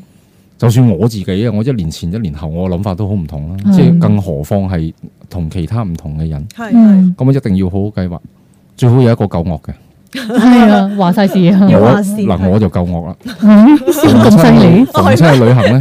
[SPEAKER 1] 就算我自己啊，我一年前、一年後，我諗法都好唔同啦。
[SPEAKER 4] 嗯
[SPEAKER 1] 即係更何況係同其他唔同嘅人，
[SPEAKER 3] 係係
[SPEAKER 4] 嗯，
[SPEAKER 1] 咁啊一定要好好計劃。最好有一個夠惡嘅，
[SPEAKER 4] 係啊，話晒事啊，
[SPEAKER 3] 嗯要
[SPEAKER 1] 我
[SPEAKER 3] 話事
[SPEAKER 1] 嗱我就夠惡啦。
[SPEAKER 4] 笑咁犀利，
[SPEAKER 1] 逢親去旅行咧，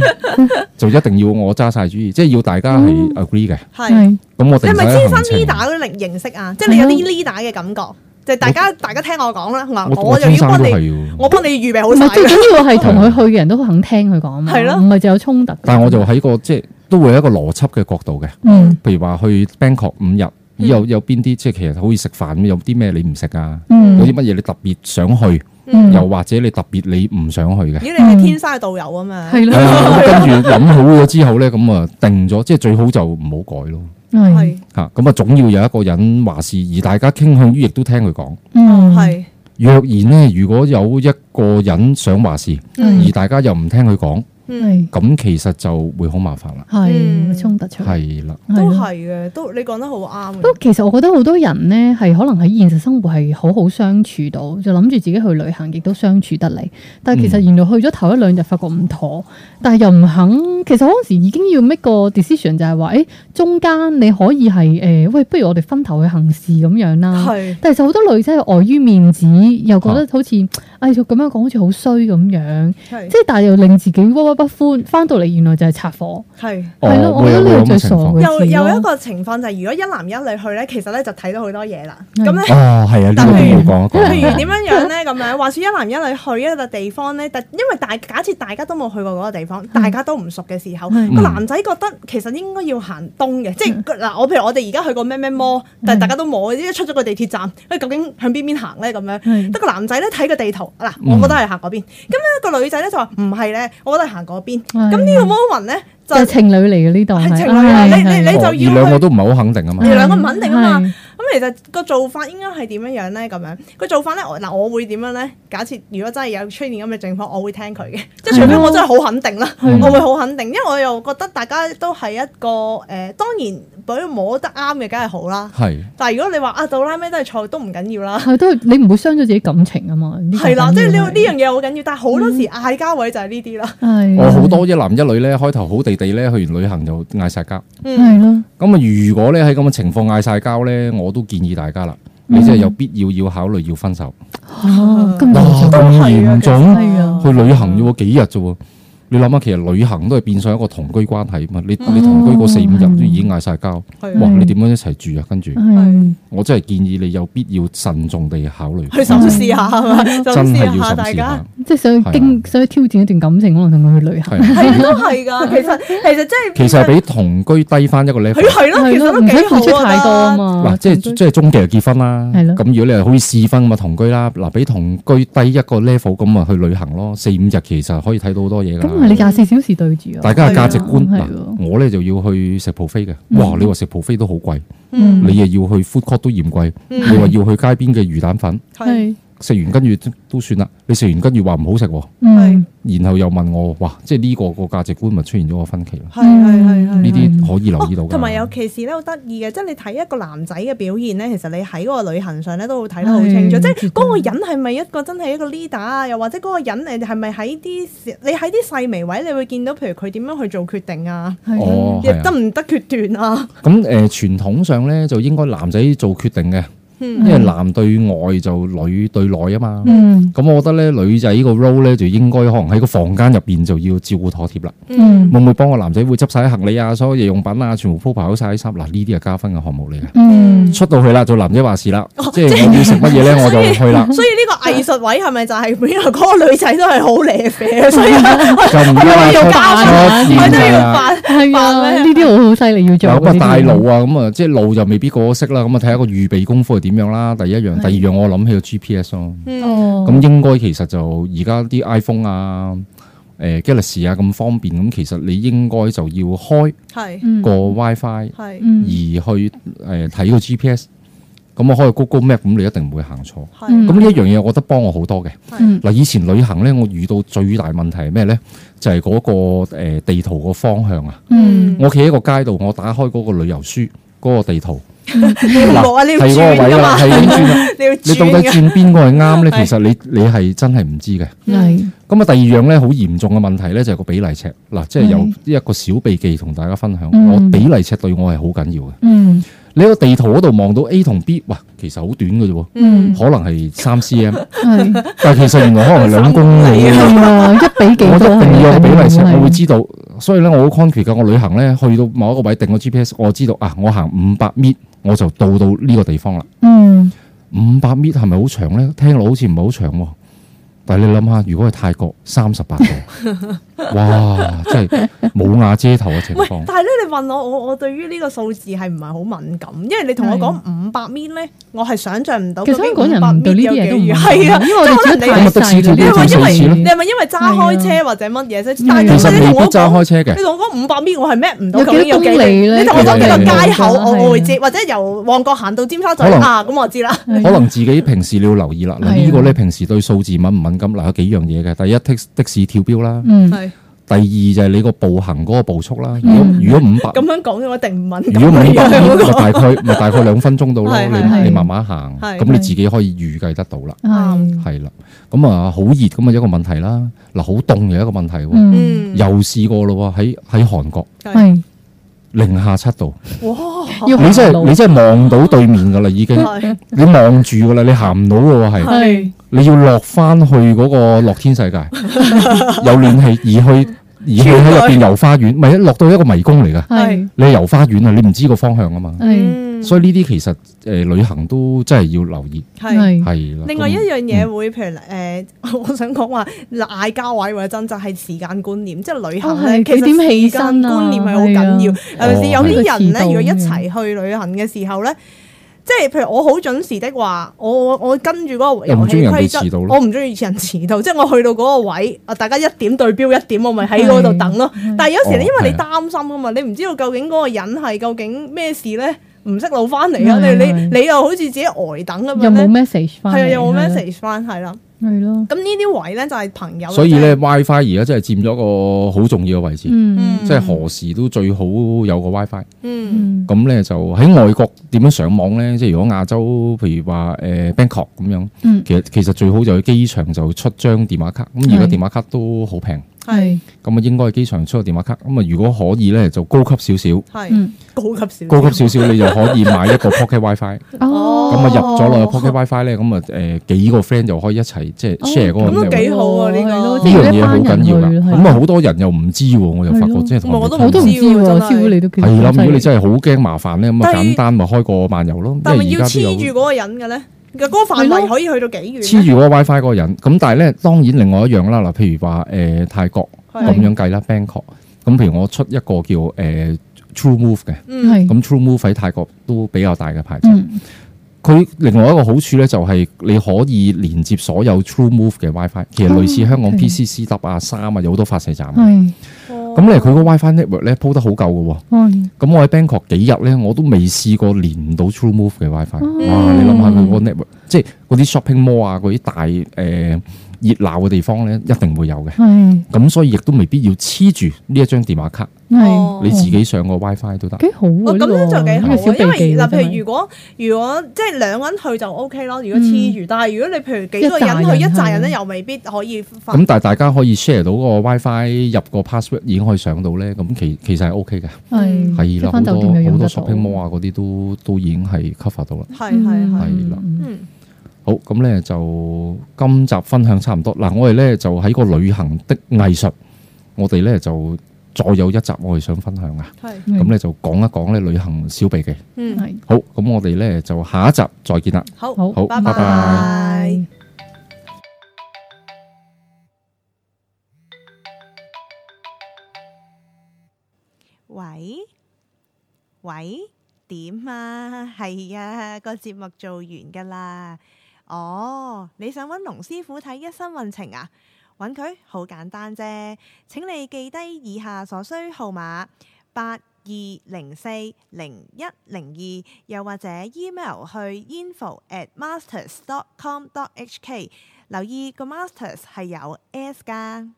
[SPEAKER 4] *laughs*
[SPEAKER 1] 就一定要我揸晒主意，即係要大家
[SPEAKER 4] 嗯
[SPEAKER 1] 係 agree 嘅。
[SPEAKER 3] 係。
[SPEAKER 4] 係
[SPEAKER 1] 咁我
[SPEAKER 3] 你
[SPEAKER 1] 定
[SPEAKER 3] 係咪
[SPEAKER 1] 晒
[SPEAKER 3] 天生
[SPEAKER 1] 行程
[SPEAKER 3] leader 嗰啲形式啊？即係你有
[SPEAKER 4] 嗯
[SPEAKER 3] 啲 leader 嘅感覺，就係大家大家聽我講啦，同埋
[SPEAKER 1] 我
[SPEAKER 3] 我
[SPEAKER 1] 我
[SPEAKER 3] 就
[SPEAKER 1] 天
[SPEAKER 3] 要
[SPEAKER 1] 生
[SPEAKER 3] 幫
[SPEAKER 1] 都
[SPEAKER 3] 你，
[SPEAKER 1] 係要。
[SPEAKER 3] 我幫你預備
[SPEAKER 4] 唔
[SPEAKER 3] 好晒
[SPEAKER 4] 係最
[SPEAKER 3] 嘅。
[SPEAKER 4] 緊要係同佢去嘅人都肯聽佢講啊嘛，
[SPEAKER 3] 係咯
[SPEAKER 4] 唔係就有衝突㗎。
[SPEAKER 1] 但係我就喺個即係都會有一個邏輯嘅角度嘅，
[SPEAKER 4] 嗯
[SPEAKER 1] 譬如話去 Bangkok 五日，
[SPEAKER 3] 嗯
[SPEAKER 1] 咦有有邊啲即係其實好似食飯有啲咩你唔食啊？有啲
[SPEAKER 4] 嗯
[SPEAKER 1] 乜嘢你特別想去，
[SPEAKER 4] 嗯
[SPEAKER 1] 又或者你特別你唔想去嘅？
[SPEAKER 3] 咦，你係天生嘅導遊啊嘛？
[SPEAKER 4] 係
[SPEAKER 1] 係
[SPEAKER 4] 啦，
[SPEAKER 1] 啊， *laughs* 咁跟住諗好咗之後咧，咁啊定咗，即係最好就唔好改咯。
[SPEAKER 4] 係
[SPEAKER 3] 係
[SPEAKER 1] 嚇，咁啊總要有一個人話事，而大家傾向於亦都聽佢講。
[SPEAKER 4] 嗯
[SPEAKER 3] 係
[SPEAKER 1] 若然呢，如果有一個人想話事，
[SPEAKER 3] 嗯
[SPEAKER 1] 而大家又唔聽佢講，
[SPEAKER 3] 嗯
[SPEAKER 4] 係
[SPEAKER 1] 咁其實就會好麻煩啦。
[SPEAKER 4] 係
[SPEAKER 3] 嗯
[SPEAKER 4] 會衝突出嚟，
[SPEAKER 1] 係啦，
[SPEAKER 4] 係
[SPEAKER 3] 都
[SPEAKER 4] 咯
[SPEAKER 3] 係嘅，都你講得好啱啊
[SPEAKER 4] 不
[SPEAKER 3] 嘅
[SPEAKER 4] 過。其實我覺得好多人咧係可能喺現實生活係好好相處到，就諗住自己去旅行亦都相處得嚟。但係其實
[SPEAKER 1] 嗯
[SPEAKER 4] 原來去咗頭一兩日發覺唔妥，但係又唔肯。其實嗰陣時已經要 make 個 decision 就係話，誒、中間你可以係誒、呃喂，不如我哋分頭去行事咁樣啦。
[SPEAKER 3] 係
[SPEAKER 4] 但係就好多女仔係礙於面子，又覺得好似誒咁樣講好似好衰咁樣，
[SPEAKER 3] 係
[SPEAKER 4] 即係但係又令自己鬱鬱不歡。翻到嚟原來就係拆火，
[SPEAKER 3] 係。
[SPEAKER 4] 係咯、
[SPEAKER 1] 哦
[SPEAKER 4] 我
[SPEAKER 1] 會
[SPEAKER 4] 覺得
[SPEAKER 1] 有
[SPEAKER 4] 呢個
[SPEAKER 1] 會有
[SPEAKER 4] 最
[SPEAKER 1] 咁嘅情況
[SPEAKER 4] 傻嘅
[SPEAKER 3] 又
[SPEAKER 4] 事咯
[SPEAKER 3] 又一個情況就係，如果一男一女去咧，其實咧就睇到好多嘢啦。
[SPEAKER 4] 係 *laughs*
[SPEAKER 3] 咁咧。
[SPEAKER 1] 哦，係啊，呢個都要講一講。
[SPEAKER 3] 譬如點樣樣咧？咁樣話説一男一女去一個地方咧，但因為大假設大家都冇去過嗰個地方，大家都唔熟嘅時候，
[SPEAKER 4] 嗯
[SPEAKER 3] 個男仔覺得其實應該要行東嘅，即係嗱，我譬如我哋而家去過咩咩摩，但係大家都冇，因為出咗個地鐵站，喂，究竟向邊邊行咧？咁樣，
[SPEAKER 4] 係
[SPEAKER 3] 得個男仔咧睇個地圖，嗱，
[SPEAKER 1] 嗯
[SPEAKER 3] 我覺得係行嗰邊，咁咧個女仔咧就話唔係咧，我覺得係行嗰邊。
[SPEAKER 4] 係
[SPEAKER 3] 咁呢個 moment 咧
[SPEAKER 4] 就
[SPEAKER 3] 就
[SPEAKER 4] 係情侶嚟嘅呢度係，
[SPEAKER 3] 係情侶嚟
[SPEAKER 4] 係
[SPEAKER 3] 你
[SPEAKER 4] 係
[SPEAKER 3] 你你
[SPEAKER 1] 哦
[SPEAKER 3] 就要
[SPEAKER 1] 而
[SPEAKER 3] 去
[SPEAKER 1] 兩個都唔係好肯定啊嘛
[SPEAKER 3] 你。
[SPEAKER 4] 嗯
[SPEAKER 3] 兩個唔肯定啊
[SPEAKER 4] 嘛。
[SPEAKER 3] 咁其實個做法應該係點樣樣咧？咁樣個做法咧，我嗱我會點樣咧？假設如果真係有出現咁嘅情況，我會聽佢嘅，即係除非我真係好肯定啦，
[SPEAKER 1] 嗯
[SPEAKER 3] 我會好肯定，因為我又覺得大家都係一個誒、呃，當然俾摸得啱嘅，梗係好啦。
[SPEAKER 1] 係
[SPEAKER 3] 但係如果你話啊到拉尾都係錯，都唔緊要啦。
[SPEAKER 4] 係都係你唔會傷咗自己感情啊嘛。
[SPEAKER 3] 係啦，即係嗯呢呢樣
[SPEAKER 4] 呢
[SPEAKER 3] 嘢好緊要，但係好多時嗌交位就係呢啲啦。
[SPEAKER 4] 個係
[SPEAKER 1] 我哦好多一男一女咧，開頭好地地咧，去完旅行就嗌晒交。
[SPEAKER 3] 嗯，
[SPEAKER 4] 係咯，
[SPEAKER 3] *laughs*
[SPEAKER 1] 咁啊，如果咧喺咁嘅情況嗌晒交咧，我都建議大家啦，你
[SPEAKER 4] 嗯
[SPEAKER 1] 真係有必要要考慮要分手。
[SPEAKER 4] 哦咁
[SPEAKER 1] 哇，咁嚴
[SPEAKER 4] 嚴重
[SPEAKER 1] 重，
[SPEAKER 4] 係啊
[SPEAKER 1] 去旅行要喎幾日啫喎。你諗下，其實旅行都係變相一個同居關係啊嘛。你
[SPEAKER 3] 嗯
[SPEAKER 1] 你同居嗰四五日都已經嗌晒交，
[SPEAKER 3] 係
[SPEAKER 1] 哇！
[SPEAKER 3] 啊
[SPEAKER 1] 你點樣一齊住啊？跟住
[SPEAKER 3] 嗯
[SPEAKER 4] 係
[SPEAKER 1] 我真係建議你有必要慎重地考慮，
[SPEAKER 3] 去審視下係嘛，審
[SPEAKER 1] 真係要
[SPEAKER 3] 視下
[SPEAKER 1] 審
[SPEAKER 3] 大
[SPEAKER 1] 視
[SPEAKER 3] 家
[SPEAKER 1] 下。。
[SPEAKER 4] 即係想經想去挑戰一段感情，可能同佢去旅行。
[SPEAKER 1] 係啊，
[SPEAKER 3] 係都係㗎， *laughs* 其實其實真係
[SPEAKER 1] 其實係比同居低翻一個 level
[SPEAKER 3] 佢。係咯，
[SPEAKER 4] 係
[SPEAKER 3] 其實
[SPEAKER 4] 咯，
[SPEAKER 3] 都
[SPEAKER 4] 唔
[SPEAKER 3] 幾
[SPEAKER 4] 使付出
[SPEAKER 3] 好
[SPEAKER 4] 太多啊
[SPEAKER 3] 啊！
[SPEAKER 4] 嘛。
[SPEAKER 1] 嗱，即係即係中期就結婚啦，
[SPEAKER 4] 係咯
[SPEAKER 1] 咁如果你係好似試婚咁啊，同居啦，嗱，比同居低一個 level 咁啊，去旅行咯，四五日其實可以睇到好多嘢
[SPEAKER 4] 咁係
[SPEAKER 1] 噶
[SPEAKER 4] 你
[SPEAKER 1] 啦。
[SPEAKER 4] 廿四小時對住啊。
[SPEAKER 1] 大家嘅價值觀
[SPEAKER 4] 係啊
[SPEAKER 1] 嗱，我咧就要去食 buffet 嘅，
[SPEAKER 3] 嗯
[SPEAKER 1] 哇！你話食 buffet 都好貴，
[SPEAKER 4] 嗯
[SPEAKER 1] 你又要去 food court 都嫌貴，
[SPEAKER 3] 嗯
[SPEAKER 1] 你話要去街邊嘅魚蛋粉，
[SPEAKER 3] 係
[SPEAKER 4] 係
[SPEAKER 1] 食完跟住都算啦，你食完跟住話唔好食喎，
[SPEAKER 4] 嗯
[SPEAKER 1] 然後又問我，哇！即係呢個個價值觀咪出現咗個分歧咯，
[SPEAKER 3] 係嗯係係係
[SPEAKER 1] 呢啲可以留意到㗎。
[SPEAKER 3] 哦同埋尤其是咧好得意嘅，即係你睇一個男仔嘅表現咧，其實你喺嗰個旅行上咧都會睇得好清楚，
[SPEAKER 4] 係
[SPEAKER 3] 即係嗰個人係咪一個真係一個 leader 啊？又或者嗰個人你係咪喺啲你喺啲細微位，你會見到譬如佢點樣去做決定啊，
[SPEAKER 4] 係
[SPEAKER 1] 哦
[SPEAKER 4] 咯，
[SPEAKER 3] 亦
[SPEAKER 1] 係啊
[SPEAKER 3] 得唔得決斷啊？
[SPEAKER 1] 呃咁誒傳統上咧就應該男仔做決定嘅，因為男對外就女對內啊嘛。
[SPEAKER 4] 嗯
[SPEAKER 1] 咁我覺得咧，女仔個 role 咧就應該可能喺個房間入邊就要照顧妥貼啦。
[SPEAKER 4] 嗯
[SPEAKER 1] 會唔會幫個男仔會執晒啲行李啊，所有日用品啊，全部鋪排好晒啲衫？嗱，呢啲係加分嘅項目嚟嘅。
[SPEAKER 4] 嗯，
[SPEAKER 1] 出到去啦，做男仔話事啦，即係我要食乜嘢
[SPEAKER 3] *laughs*
[SPEAKER 1] 咧，我就去啦，
[SPEAKER 3] 哦所以呢
[SPEAKER 4] *laughs*
[SPEAKER 3] 個藝術位係咪就係本來嗰個女仔都係好
[SPEAKER 4] *laughs*
[SPEAKER 3] 瀨啡，所以
[SPEAKER 1] 就唔得啦，
[SPEAKER 4] 係咪要
[SPEAKER 1] 出
[SPEAKER 4] 加
[SPEAKER 1] 出
[SPEAKER 4] 分
[SPEAKER 3] 啊佢
[SPEAKER 1] 現
[SPEAKER 3] 都要
[SPEAKER 1] 啦。
[SPEAKER 3] 扮
[SPEAKER 4] 係啊，
[SPEAKER 3] 扮
[SPEAKER 4] 呢
[SPEAKER 3] 咩
[SPEAKER 4] 啲我好犀利要做
[SPEAKER 1] 有
[SPEAKER 4] 嘅。
[SPEAKER 1] 乜
[SPEAKER 4] 呢啲
[SPEAKER 1] 大路啊？咁啊，即係路就未必個個識啦。咁啊，睇下個預備功夫係點樣啦。第一樣，
[SPEAKER 4] 係
[SPEAKER 1] 第二樣，我諗起個 GPS 咯。
[SPEAKER 3] 嗯
[SPEAKER 4] 哦，
[SPEAKER 1] 咁應該其實就而家啲 iPhone 啊、誒 Galaxy 啊咁方便，咁其實你應該就要開
[SPEAKER 3] 係
[SPEAKER 4] 咁
[SPEAKER 1] 個 WiFi
[SPEAKER 3] 係
[SPEAKER 1] 而
[SPEAKER 4] 嗯
[SPEAKER 1] 去誒睇個 GPS。咁我開個 Google Map，咁你一定唔會行錯。
[SPEAKER 3] 係
[SPEAKER 1] 咁呢一樣嘢，我覺得幫我好多嘅。
[SPEAKER 4] 嗯
[SPEAKER 1] 嗱，以前旅行咧，我遇到最大問題係咩咧？就係、嗰個、呃、地圖個方向啊！
[SPEAKER 4] 嗯
[SPEAKER 1] 我企喺個街度，我打開嗰個旅遊書嗰、個地圖，
[SPEAKER 3] *laughs* 你要落啊，你要
[SPEAKER 1] 係嗰個
[SPEAKER 3] 轉
[SPEAKER 1] 位
[SPEAKER 3] 噶嘛
[SPEAKER 1] 啦，，係咁轉
[SPEAKER 3] *laughs*
[SPEAKER 1] 啦。
[SPEAKER 3] 你要
[SPEAKER 1] 你到底
[SPEAKER 3] 轉噶，
[SPEAKER 1] 轉邊個係啱咧？
[SPEAKER 3] 係
[SPEAKER 1] 其實你你係真係唔知嘅。
[SPEAKER 4] 係
[SPEAKER 1] 咁啊，第二樣咧好嚴重嘅問題咧，就係個比例尺嗱，即係有
[SPEAKER 4] 嗯
[SPEAKER 1] 一個小秘技同大家分享。
[SPEAKER 4] 嗯
[SPEAKER 1] 我比例尺對我係好緊要嘅。
[SPEAKER 4] 嗯
[SPEAKER 1] 你喺個地圖嗰度望到 A 同 B，哇，其實好短嘅啫喎，
[SPEAKER 4] 嗯
[SPEAKER 1] 可能係三 cm，
[SPEAKER 4] 係
[SPEAKER 1] 但係其實原來可能係兩公里嘅喎。
[SPEAKER 4] 係啊，一比幾
[SPEAKER 1] 我一
[SPEAKER 4] 多
[SPEAKER 3] 嗯
[SPEAKER 1] 定要有比例尺，我會
[SPEAKER 4] 係
[SPEAKER 1] 知道。所以咧，我好 concrete 嘅。我旅行咧，去到某一個位定個 GPS，我知道啊，我行五百米我就到到呢個地方啦。
[SPEAKER 4] 嗯
[SPEAKER 1] 五百米係咪好長咧？聽落好似唔係好長喎。但係你諗下，如果係泰國三十
[SPEAKER 3] *laughs*
[SPEAKER 1] 八度，哇！真係冇瓦遮頭嘅情
[SPEAKER 3] 喂，
[SPEAKER 1] 況。
[SPEAKER 3] 但係咧，你問我，我我對於呢個數字係唔係好敏感？因為你同我講五百米咧，我係想像唔到。
[SPEAKER 4] 嗯其實香港人唔對呢啲嘢都唔
[SPEAKER 3] 係啊，
[SPEAKER 4] 因為我哋住
[SPEAKER 1] 咁
[SPEAKER 4] 得太啊
[SPEAKER 1] 咪的士
[SPEAKER 4] 細
[SPEAKER 1] 跳
[SPEAKER 4] 啦，
[SPEAKER 1] 機
[SPEAKER 3] 轉四次咯
[SPEAKER 4] 因
[SPEAKER 3] 你
[SPEAKER 4] 為
[SPEAKER 3] 係咪因為揸開車或者乜嘢啫？
[SPEAKER 4] 嗯
[SPEAKER 3] 但
[SPEAKER 1] 其
[SPEAKER 3] 係
[SPEAKER 1] 實
[SPEAKER 3] 你
[SPEAKER 1] 未
[SPEAKER 3] 同
[SPEAKER 1] 必
[SPEAKER 3] 我
[SPEAKER 1] 揸
[SPEAKER 3] 講
[SPEAKER 1] 開。車嘅
[SPEAKER 3] 你，同我講五百米，我係 map 唔到
[SPEAKER 4] 有
[SPEAKER 3] 究竟
[SPEAKER 4] 幾
[SPEAKER 3] 有
[SPEAKER 4] 多
[SPEAKER 3] 幾
[SPEAKER 4] 公里咧嗯
[SPEAKER 3] 你同我講幾個街口，
[SPEAKER 4] 其實係
[SPEAKER 3] 我我會知，或者由旺角行到尖沙咀
[SPEAKER 1] 可能
[SPEAKER 3] 啊，咁我知啦。
[SPEAKER 4] 嗯
[SPEAKER 1] 可能自己平時你要留意啦。嗱，
[SPEAKER 4] 係啊
[SPEAKER 1] 呢個咧平時對數字敏唔敏感嗱，有幾樣嘢嘅。第一，的的士跳標啦。
[SPEAKER 4] 嗯
[SPEAKER 3] 係
[SPEAKER 1] 第二就係你個步行嗰個步速啦。如果
[SPEAKER 4] 嗯
[SPEAKER 1] 如果五百
[SPEAKER 3] 咁樣講，我一定唔敏
[SPEAKER 1] 如
[SPEAKER 3] 感。
[SPEAKER 1] 果
[SPEAKER 3] *laughs*
[SPEAKER 1] 五百米咪大概咪大概兩分鐘到咯，
[SPEAKER 3] 啊係係
[SPEAKER 1] 你
[SPEAKER 4] 係嗯
[SPEAKER 1] 你慢慢行，
[SPEAKER 3] 係
[SPEAKER 1] 咁你自己可以預計得到啦。
[SPEAKER 4] 係
[SPEAKER 1] 係啦，咁啊好熱咁啊一個問題啦，嗱好凍又一個問題喎，
[SPEAKER 4] 嗯
[SPEAKER 3] 嗯，
[SPEAKER 1] 又試過咯喎，喺喺韓國
[SPEAKER 4] 係
[SPEAKER 1] 零下七度，
[SPEAKER 3] 哇，
[SPEAKER 4] 要
[SPEAKER 1] 你真
[SPEAKER 4] 行
[SPEAKER 1] 係
[SPEAKER 4] 路
[SPEAKER 1] 你真係望到對面噶啦已經，
[SPEAKER 3] 係
[SPEAKER 1] 你望住噶啦，你行唔到嘅喎係，
[SPEAKER 4] 係
[SPEAKER 1] 你要落翻去嗰個樂天世界，有暖氣而去而去喺入邊遊花園，咪一落到一個迷宮嚟噶，
[SPEAKER 4] 係
[SPEAKER 1] 你係遊花園啊，你唔知個方向啊嘛。
[SPEAKER 4] 係
[SPEAKER 3] 嗯
[SPEAKER 1] 所以呢啲其實誒、呃旅行都真係要留意，
[SPEAKER 3] 係。
[SPEAKER 4] 係
[SPEAKER 1] 係啦。
[SPEAKER 3] 嗯另外
[SPEAKER 1] 啊咁嗯
[SPEAKER 3] 一樣嘢會，譬如誒、呃 *laughs* 我想講話嗌交位或者爭執係時間觀念，即係旅行
[SPEAKER 4] 哦
[SPEAKER 3] 咧，
[SPEAKER 4] 係
[SPEAKER 3] 其實
[SPEAKER 4] 幾點起
[SPEAKER 3] 時
[SPEAKER 4] 身
[SPEAKER 3] 間
[SPEAKER 4] 啊
[SPEAKER 3] 觀念係好緊要。
[SPEAKER 1] 係啊
[SPEAKER 3] 尤其是有
[SPEAKER 4] 哦
[SPEAKER 3] 啲人咧，
[SPEAKER 4] 係
[SPEAKER 3] 如果一齊去旅行嘅時候咧，即係譬如我好準時的話，我我我跟住嗰個
[SPEAKER 1] 又唔中
[SPEAKER 3] 遊
[SPEAKER 1] 意
[SPEAKER 3] 戲
[SPEAKER 1] 人哋
[SPEAKER 3] 規則
[SPEAKER 1] 遲到，咯
[SPEAKER 3] 我唔中意人遲到，即係我去到嗰個位，啊大家一點對標一點，我咪喺嗰度等咯。
[SPEAKER 4] 嗯
[SPEAKER 3] 但係有
[SPEAKER 1] 哦
[SPEAKER 3] 時咧，因為
[SPEAKER 1] 係
[SPEAKER 3] 你擔心啊噶嘛，你唔知道究竟嗰個人係究竟咩事咧，唔識路翻嚟啊！你
[SPEAKER 4] 係
[SPEAKER 3] 你
[SPEAKER 4] 係
[SPEAKER 3] 你又好似自己呆等咁
[SPEAKER 4] 又
[SPEAKER 3] 樣咧
[SPEAKER 4] 嗯冇。message 翻嚟，
[SPEAKER 3] 係啊，有冇
[SPEAKER 4] 係啦
[SPEAKER 3] message 翻係啦。
[SPEAKER 4] 係咯，
[SPEAKER 3] 咁呢啲位咧就係朋友，
[SPEAKER 1] 所以咧，WiFi 而家真係佔咗一個好重要嘅位置，
[SPEAKER 4] 嗯
[SPEAKER 1] 即係何時都最好有個 WiFi。
[SPEAKER 3] 嗯，
[SPEAKER 4] 嗯
[SPEAKER 1] 咁咧就喺外國點樣上網咧？即係如果亞洲，譬如話誒、呃 Bangkok 咁樣，
[SPEAKER 4] 嗯
[SPEAKER 1] 其實其實最好就喺機場就出張電話卡。
[SPEAKER 3] 嗯
[SPEAKER 1] 咁而
[SPEAKER 4] 係
[SPEAKER 1] 家電話卡都好平，
[SPEAKER 4] 係
[SPEAKER 1] 咁啊應該喺機場出個電話卡。咁啊如果可以咧，就高級少少，
[SPEAKER 3] 係
[SPEAKER 4] 嗯
[SPEAKER 3] 高級少，
[SPEAKER 1] 高級少少你就可以買一個 Pocket WiFi。
[SPEAKER 4] 哦
[SPEAKER 1] 咁啊入咗落去 Pocket WiFi 咧，咁啊誒幾個 friend 就可以一齊即係
[SPEAKER 4] 哦
[SPEAKER 1] share 嗰
[SPEAKER 3] 咁
[SPEAKER 1] 個
[SPEAKER 3] 都
[SPEAKER 1] network
[SPEAKER 3] 幾好啊呢個
[SPEAKER 4] 係咯
[SPEAKER 1] 呢
[SPEAKER 4] 即係
[SPEAKER 1] 樣嘢好
[SPEAKER 4] 一班人
[SPEAKER 1] 緊要啦，
[SPEAKER 4] 去
[SPEAKER 1] 咁啊好多人又唔知喎，我又發覺
[SPEAKER 4] 係咯
[SPEAKER 1] 即係同人哋
[SPEAKER 3] 我都
[SPEAKER 1] 講
[SPEAKER 4] 我都唔知
[SPEAKER 3] 真
[SPEAKER 4] 喎，
[SPEAKER 3] 係
[SPEAKER 4] 招你都叫
[SPEAKER 1] 係啦。
[SPEAKER 4] 咁
[SPEAKER 1] 如果你
[SPEAKER 4] 犀利
[SPEAKER 1] 真係好驚麻煩咧，咁啊
[SPEAKER 3] 但係
[SPEAKER 1] 簡單咪開個漫遊咯，
[SPEAKER 3] 但係咪
[SPEAKER 1] 因為
[SPEAKER 3] 要
[SPEAKER 1] 而家都有
[SPEAKER 3] 黐住嗰個人嘅咧？個嗰個範
[SPEAKER 4] 係咯
[SPEAKER 3] 圍可以去到幾
[SPEAKER 1] 黐
[SPEAKER 3] 遠咧？
[SPEAKER 1] 住嗰個 WiFi 嗰個人。咁但係咧，當然另外一樣啦，嗱，譬如話誒泰國
[SPEAKER 3] 係
[SPEAKER 1] 咁樣計啦，Bangkok。咁譬如我出一個叫誒 True Move 嘅，
[SPEAKER 3] 嗯，
[SPEAKER 4] 係
[SPEAKER 1] 咁 True Move 喺泰國都比較大嘅牌子。
[SPEAKER 4] 嗯
[SPEAKER 1] 佢另外一個好處咧，就係你可以連接所有 True Move 嘅 WiFi，其實類似香港
[SPEAKER 4] 哦，OK
[SPEAKER 1] PCC 搭啊、三啊，有好多發射站。
[SPEAKER 4] 係哦
[SPEAKER 3] 咁
[SPEAKER 1] 咁咧，佢個 WiFi network 咧鋪得好夠嘅喎。
[SPEAKER 4] 係
[SPEAKER 1] 咁我喺 Bangkok 幾日咧，我都未試過連唔到 TrueMove 嘅 WiFi。
[SPEAKER 4] 哦
[SPEAKER 1] 哇！你諗下佢個 network，即係嗰啲 shopping mall 啊，嗰啲大誒、呃、熱鬧嘅地方咧，一定會有嘅。
[SPEAKER 4] 係
[SPEAKER 1] 咁所以亦都未必要黐住呢一張電話卡，
[SPEAKER 5] 係
[SPEAKER 4] 哦
[SPEAKER 1] 你自己上個 WiFi 都得。
[SPEAKER 5] 幾好喎
[SPEAKER 4] 哦，咁
[SPEAKER 5] 呢個
[SPEAKER 4] 樣就幾好
[SPEAKER 5] 呢個小
[SPEAKER 4] 啊！因
[SPEAKER 5] 秘技
[SPEAKER 4] 為嗱，
[SPEAKER 5] 喎真
[SPEAKER 4] 譬
[SPEAKER 5] 係
[SPEAKER 4] 如如果如果即係兩個人去就 O K 咯，如果
[SPEAKER 5] 嗯
[SPEAKER 4] 黐住，但係如果你譬如幾個人去
[SPEAKER 5] 一紮人
[SPEAKER 4] 一紮人
[SPEAKER 5] 去
[SPEAKER 4] 咧，又未必可以發
[SPEAKER 1] 咁但係大家可以 share 到個 WiFi 入個 password 已經可以上到咧，咁其其實係 OK 嘅，
[SPEAKER 5] 係
[SPEAKER 4] 嗯
[SPEAKER 1] 係
[SPEAKER 5] 出
[SPEAKER 1] 啦，
[SPEAKER 5] 翻
[SPEAKER 1] 好
[SPEAKER 5] 酒
[SPEAKER 1] 多
[SPEAKER 5] 店又用
[SPEAKER 1] 好多
[SPEAKER 5] 得
[SPEAKER 1] shopping
[SPEAKER 5] 到
[SPEAKER 1] mall 啊嗰啲都都已經係 cover 到啦。
[SPEAKER 4] 係係係，
[SPEAKER 1] 係啦
[SPEAKER 5] 嗯
[SPEAKER 4] 嗯
[SPEAKER 1] 好，咁咧就今集分享差唔多嗱，我哋咧就喺個旅行的藝術，我哋咧就再有一集我哋想分享啊，
[SPEAKER 4] 係
[SPEAKER 5] 嗯
[SPEAKER 1] 咁咧就講一講咧旅行小秘技。
[SPEAKER 4] 嗯
[SPEAKER 5] 係
[SPEAKER 1] 好，咁我哋咧就下一集再見啦。
[SPEAKER 4] 好
[SPEAKER 5] 好
[SPEAKER 1] 好，
[SPEAKER 4] 拜
[SPEAKER 1] 拜拜。
[SPEAKER 4] 拜。
[SPEAKER 3] 喂喂，點啊？ *laughs* 係啊，個節目做完噶啦。哦，你想揾龍師傅睇一生運程啊？揾佢好簡單啫。請你記低以下所需號碼：八二零四零一零二，又或者 email 去 info at masters dot com dot hk。留意個 masters 係有 s 㗎。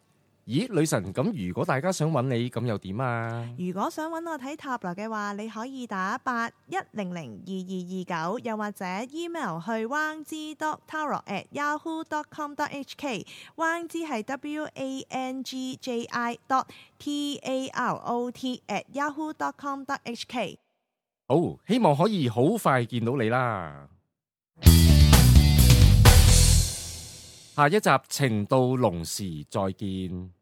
[SPEAKER 6] 咦，女神，咁如果大家想揾你，咁又點啊？
[SPEAKER 3] 如果想揾我睇塔羅嘅話，你可以打八一零零二二二九，又或者 email 去 wang z dot tarot at yahoo dot com dot hk。wang z 係 w a n g j i dot t a r o t at yahoo dot com dot hk。
[SPEAKER 6] 好，希望可以好快見到你啦。下一集情到濃時再見。